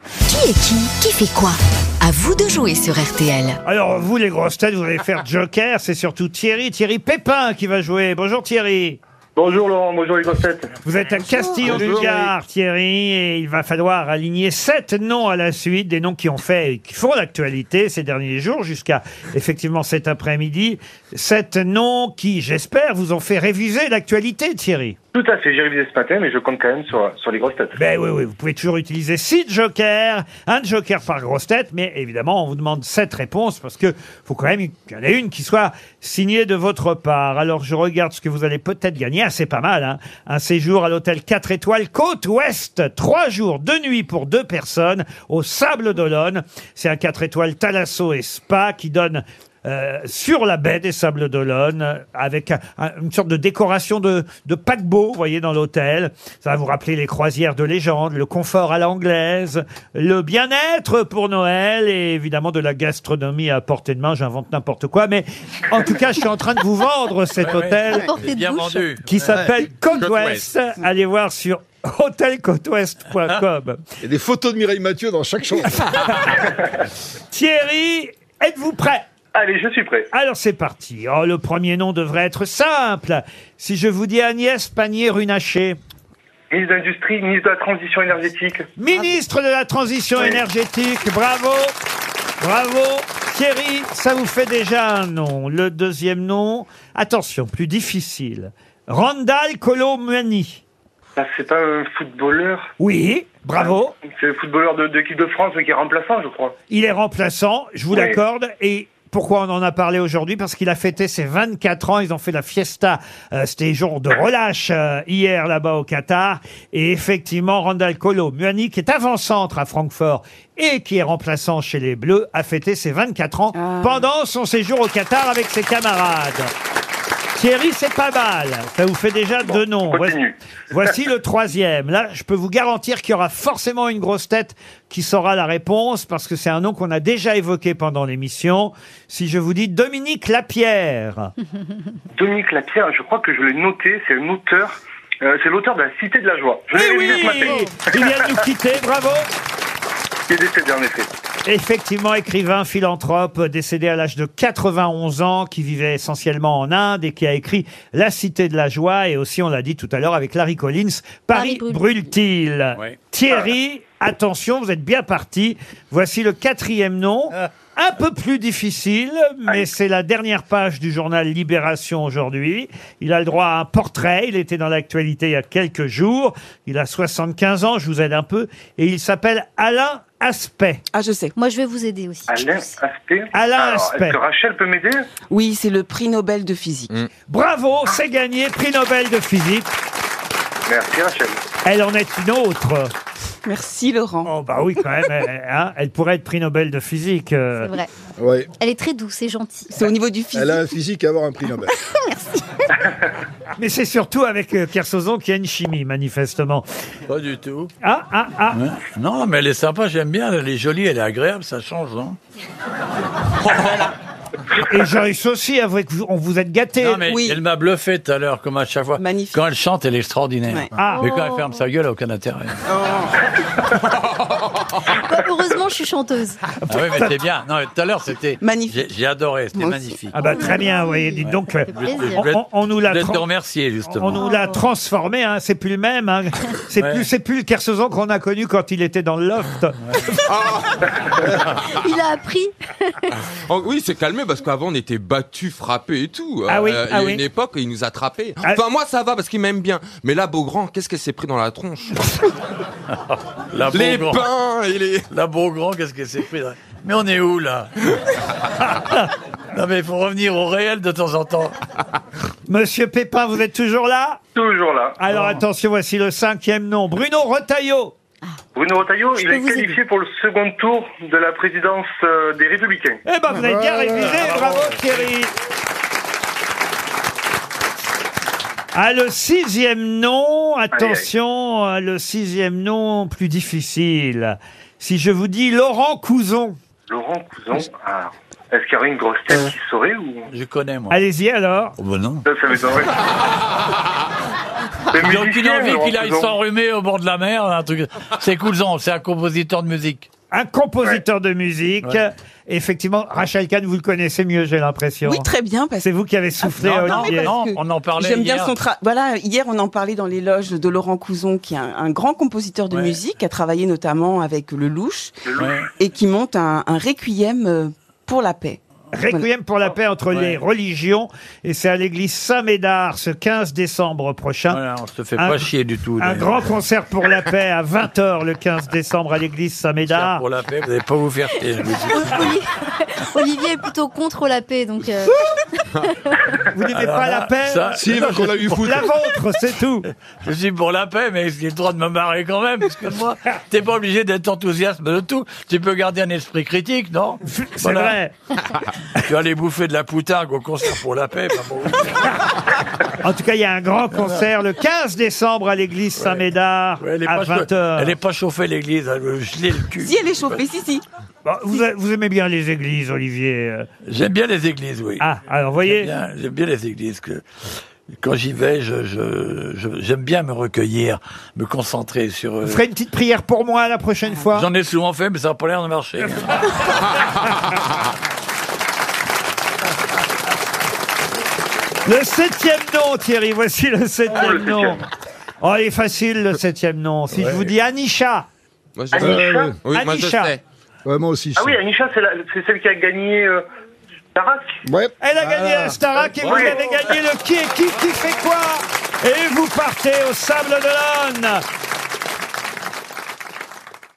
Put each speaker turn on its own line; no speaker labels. Qui est qui Qui fait quoi À vous de jouer sur RTL.
Alors, vous, les grosses têtes, vous allez faire Joker. C'est surtout Thierry, Thierry Pépin qui va jouer. Bonjour Thierry.
Bonjour Laurent, bonjour les grosses têtes.
Vous êtes à Castillon-du-Gard, Thierry, et il va falloir aligner sept noms à la suite, des noms qui ont fait, qui font l'actualité ces derniers jours jusqu'à effectivement cet après-midi. Sept noms qui, j'espère, vous ont fait réviser l'actualité, Thierry.
Tout à fait, j'ai révisé ce matin, mais je compte quand même sur, sur les grosses têtes.
Ben oui, oui, vous pouvez toujours utiliser six jokers, un joker par grosse tête, mais évidemment, on vous demande sept réponses parce que faut quand même qu'il y en ait une qui soit signée de votre part. Alors, je regarde ce que vous allez peut-être gagner. Ah, c'est pas mal, hein. Un séjour à l'hôtel 4 étoiles Côte Ouest. Trois jours, deux nuits pour deux personnes au Sable d'Olonne. C'est un 4 étoiles Thalasso et Spa qui donne euh, sur la baie des Sables d'Olonne, euh, avec un- un- une sorte de décoration de, de paquebot, vous voyez, dans l'hôtel. Ça va vous rappeler les croisières de légende, le confort à l'anglaise, le bien-être pour Noël et évidemment de la gastronomie à portée de main. J'invente n'importe quoi, mais en tout cas, je suis en train de vous vendre cet hôtel
C'est bien vendu.
qui s'appelle Côte
Côte
Ouest. Allez voir sur hôtelcôteouest.com.
Il y a des photos de Mireille Mathieu dans chaque chambre.
Thierry, êtes-vous prêt
Allez, je suis prêt.
Alors c'est parti. Oh, le premier nom devrait être simple. Si je vous dis Agnès Pannier-Runacher,
Ministre de l'Industrie, ministre de la Transition énergétique.
ministre de la Transition énergétique, bravo, bravo. Thierry, ça vous fait déjà un nom. Le deuxième nom, attention, plus difficile. Randall Colomani.
Ah, c'est pas un footballeur,
Oui, bravo.
c'est le footballeur de, de l'équipe de France qui est remplaçant, je crois.
Il est remplaçant, je vous
Oui.
l'accorde. Et pourquoi on en a parlé aujourd'hui Parce qu'il a fêté ses 24 ans. Ils ont fait la fiesta. euh, C'était jour de relâche euh, hier là-bas au Qatar. Et effectivement, Randall Colo, Muani, qui est avant-centre à Francfort et qui est remplaçant chez les Bleus, a fêté ses 24 ans pendant son séjour au Qatar avec ses camarades. Thierry, c'est pas mal. Ça vous fait déjà deux noms.
continue.
Voici le troisième. Là, je peux vous garantir qu'il y aura forcément une grosse tête qui saura la réponse parce que c'est un nom qu'on a déjà évoqué pendant l'émission. Si je vous dis Dominique Lapierre.
Dominique Lapierre, je crois que je l'ai noté, c'est un auteur, euh, c'est l'auteur de La Cité de la Joie. Je l'ai
Eh
révisé ce matin,
Il vient de nous quitter, bravo
il est décédé en effet.
Effectivement, écrivain, philanthrope, décédé à l'âge de 91 ans, qui vivait essentiellement en Inde et qui a écrit La Cité de la Joie et aussi, on l'a dit tout à l'heure avec Larry Collins, Paris,
Paris brûle-
brûle-t-il
Ouais.
Thierry, attention, vous êtes bien parti. Voici le quatrième nom. Un peu plus difficile, mais c'est la dernière page du journal Libération aujourd'hui. Il a le droit à un portrait. Il était dans l'actualité il y a quelques jours. Il a 75 ans, je vous aide un peu. Et il s'appelle Alain Aspect.
Ah, je sais.
Moi, je vais vous aider aussi.
Alain Aspect.
Alain
Alors,
Aspect.
Est-ce que Rachel peut m'aider
Oui, c'est le prix Nobel de physique.
Bravo, c'est gagné, prix Nobel de physique.
Merci Rachel.
Elle en est une autre.
Merci, Laurent.
Oh bah oui, quand même, elle, hein, elle pourrait être prix Nobel de physique. euh.
C'est vrai.
Ouais.
Elle est très douce et gentille.
C'est au niveau du physique.
Elle a un physique à avoir un prix Nobel.
Mais c'est surtout avec euh, Kersozon qu'il y a une chimie, manifestement.
Pas du tout.
Ah, ah, ah.
Hein Non, mais elle est sympa, j'aime bien. Elle est jolie, elle est agréable, ça change, hein. non
Et Joyce aussi, avouez que vous, on vous êtes gâtés.
Non, mais
oui.
elle m'a bluffé tout à l'heure, comme à chaque fois.
Magnifique.
Quand elle chante, elle est extraordinaire.
Ouais.
Ah.
Mais quand elle ferme sa gueule, aucun intérêt.
Bah, heureusement, je suis chanteuse.
Ah oui, mais c'est bien. Non, mais tout à l'heure, c'était.
Magnifique.
J'ai j'ai adoré, c'était
Moi aussi.
magnifique.
Ah bah très bien, vous voyez, dites donc. euh,
Je voulais- je
On,
voulais-
on- on nous
je
l'a
voulais te
tran-
remercier,
on
justement.
nous l'a transformé, hein, c'est plus le même. hein. C'est
Ouais.
plus, c'est plus le Kersozon qu'on a connu quand il était dans le loft.
Il a appris.
Oh, oui, c'est calmé parce qu'avant on était battu, frappé et tout. Euh,
Ah oui,
il y
ah
a
oui.
une époque, il nous attrapait.
Ah.
Enfin, moi ça va parce qu'il m'aime bien. Mais là, Beaugrand, qu'est-ce qu'elle s'est pris dans la tronche
La
Les
Beaugrand.
pains et les.
La Beaugrand, qu'est-ce qu'elle s'est pris là Mais on est où, là Non, mais il faut revenir au réel de temps en temps.
Monsieur Pépin, vous êtes toujours là
Toujours là.
Alors attention, voici le cinquième nom. Bruno Retailleau.
Bruno Retailleau,
Je
il
peux
est
vous aider.
qualifié pour le second tour de la présidence euh, des Républicains.
Eh ben, vous avez bien révisé. Bravo, Thierry. Ah, le sixième nom, attention, euh, le sixième nom plus difficile. Si je vous dis Laurent Couson,
Laurent Couson, ah, est-ce qu'il y aurait une grosse tête
Euh.
qui saurait ou
Je connais, moi.
allez-y alors.
Oh, bah non.
Ça, ça m'étonnerait. Mais
Ils ont
musicien,
une envie
Laurent
qu'il aille
Couson.
s'enrhumer au bord de la mer, un truc. C'est Coulson, c'est un compositeur de musique.
un compositeur de musique. Effectivement, Rachel Kahn, vous le connaissez mieux, j'ai l'impression.
Oui, très bien, parce
C'est vous qui avez soufflé,
Non, non,
Olivier.
mais
Non,
parce que
on en parlait.
J'aime bien
hier.
son travail. Voilà, hier on en parlait dans les loges de Laurent Couzon, qui est un, un grand compositeur de
Ouais.
musique, qui a travaillé notamment avec Lelouch
Ouais.
et qui monte un, un requiem euh, pour la paix.
Requiem pour la paix entre
Ouais.
les religions. Et c'est à l'église Saint-Médard ce 15 décembre prochain.
Voilà, on se fait
Un-
pas chier du tout.
Un
d'ailleurs.
grand concert pour la paix à 20h le 15 décembre à l'église
Tiens,
Saint-Médard.
Pour la paix, vous n'allez pas vous faire chier. je vous dis.
Oli- Olivier est plutôt contre la paix, donc euh,
Vous n'aimez
Alors
pas
là,
la paix hein.
ça-
Si, parce qu'on a eu foot.
La vôtre, c'est tout.
Je suis pour la paix, mais j'ai le droit de me marrer quand même, parce que moi, t'es pas obligé d'être enthousiaste de tout. Tu peux garder un esprit critique, non
C'est
Voilà.
vrai.
Tu vas aller bouffer de la poutargue au concert pour la paix. bah bon.
En tout cas, il y a un grand concert le 15 décembre à l'église Saint-Médard
Ouais, elle, est
à
pas chauffée-
20h.
elle est pas chauffée l'église, elle me gelait le cul.
Si elle est chauffée, si, si.
Bon, vous, a- vous aimez bien les églises, Olivier. euh.
J'aime bien les églises, oui.
Ah, alors
J'aime
voyez,
bien, j'aime bien les églises. Que, quand j'y vais, je, je- je- j'aime bien me recueillir, me concentrer sur. euh,
vous ferez une petite prière pour moi la prochaine fois.
J'en ai souvent fait, mais ça n'a pas l'air de marcher.
Le septième nom, Thierry, voici le
Oh, le
septième
septième.
nom. Oh, il est facile le septième nom. Si je vous dis Anisha,
Moi, je
Ah,
sais.
Anisha
ouais.
Oui, moi, je
Anisha.
sais.
Ouais, moi aussi. je
Ah oui,
sais.
Anisha, c'est la- c'est celle qui a gagné euh, Tarak.
Ouais.
elle a gagné la Starac et vous
Ouais.
avez gagné le qui est qui qui fait quoi. Et vous partez au Sable d'Olonne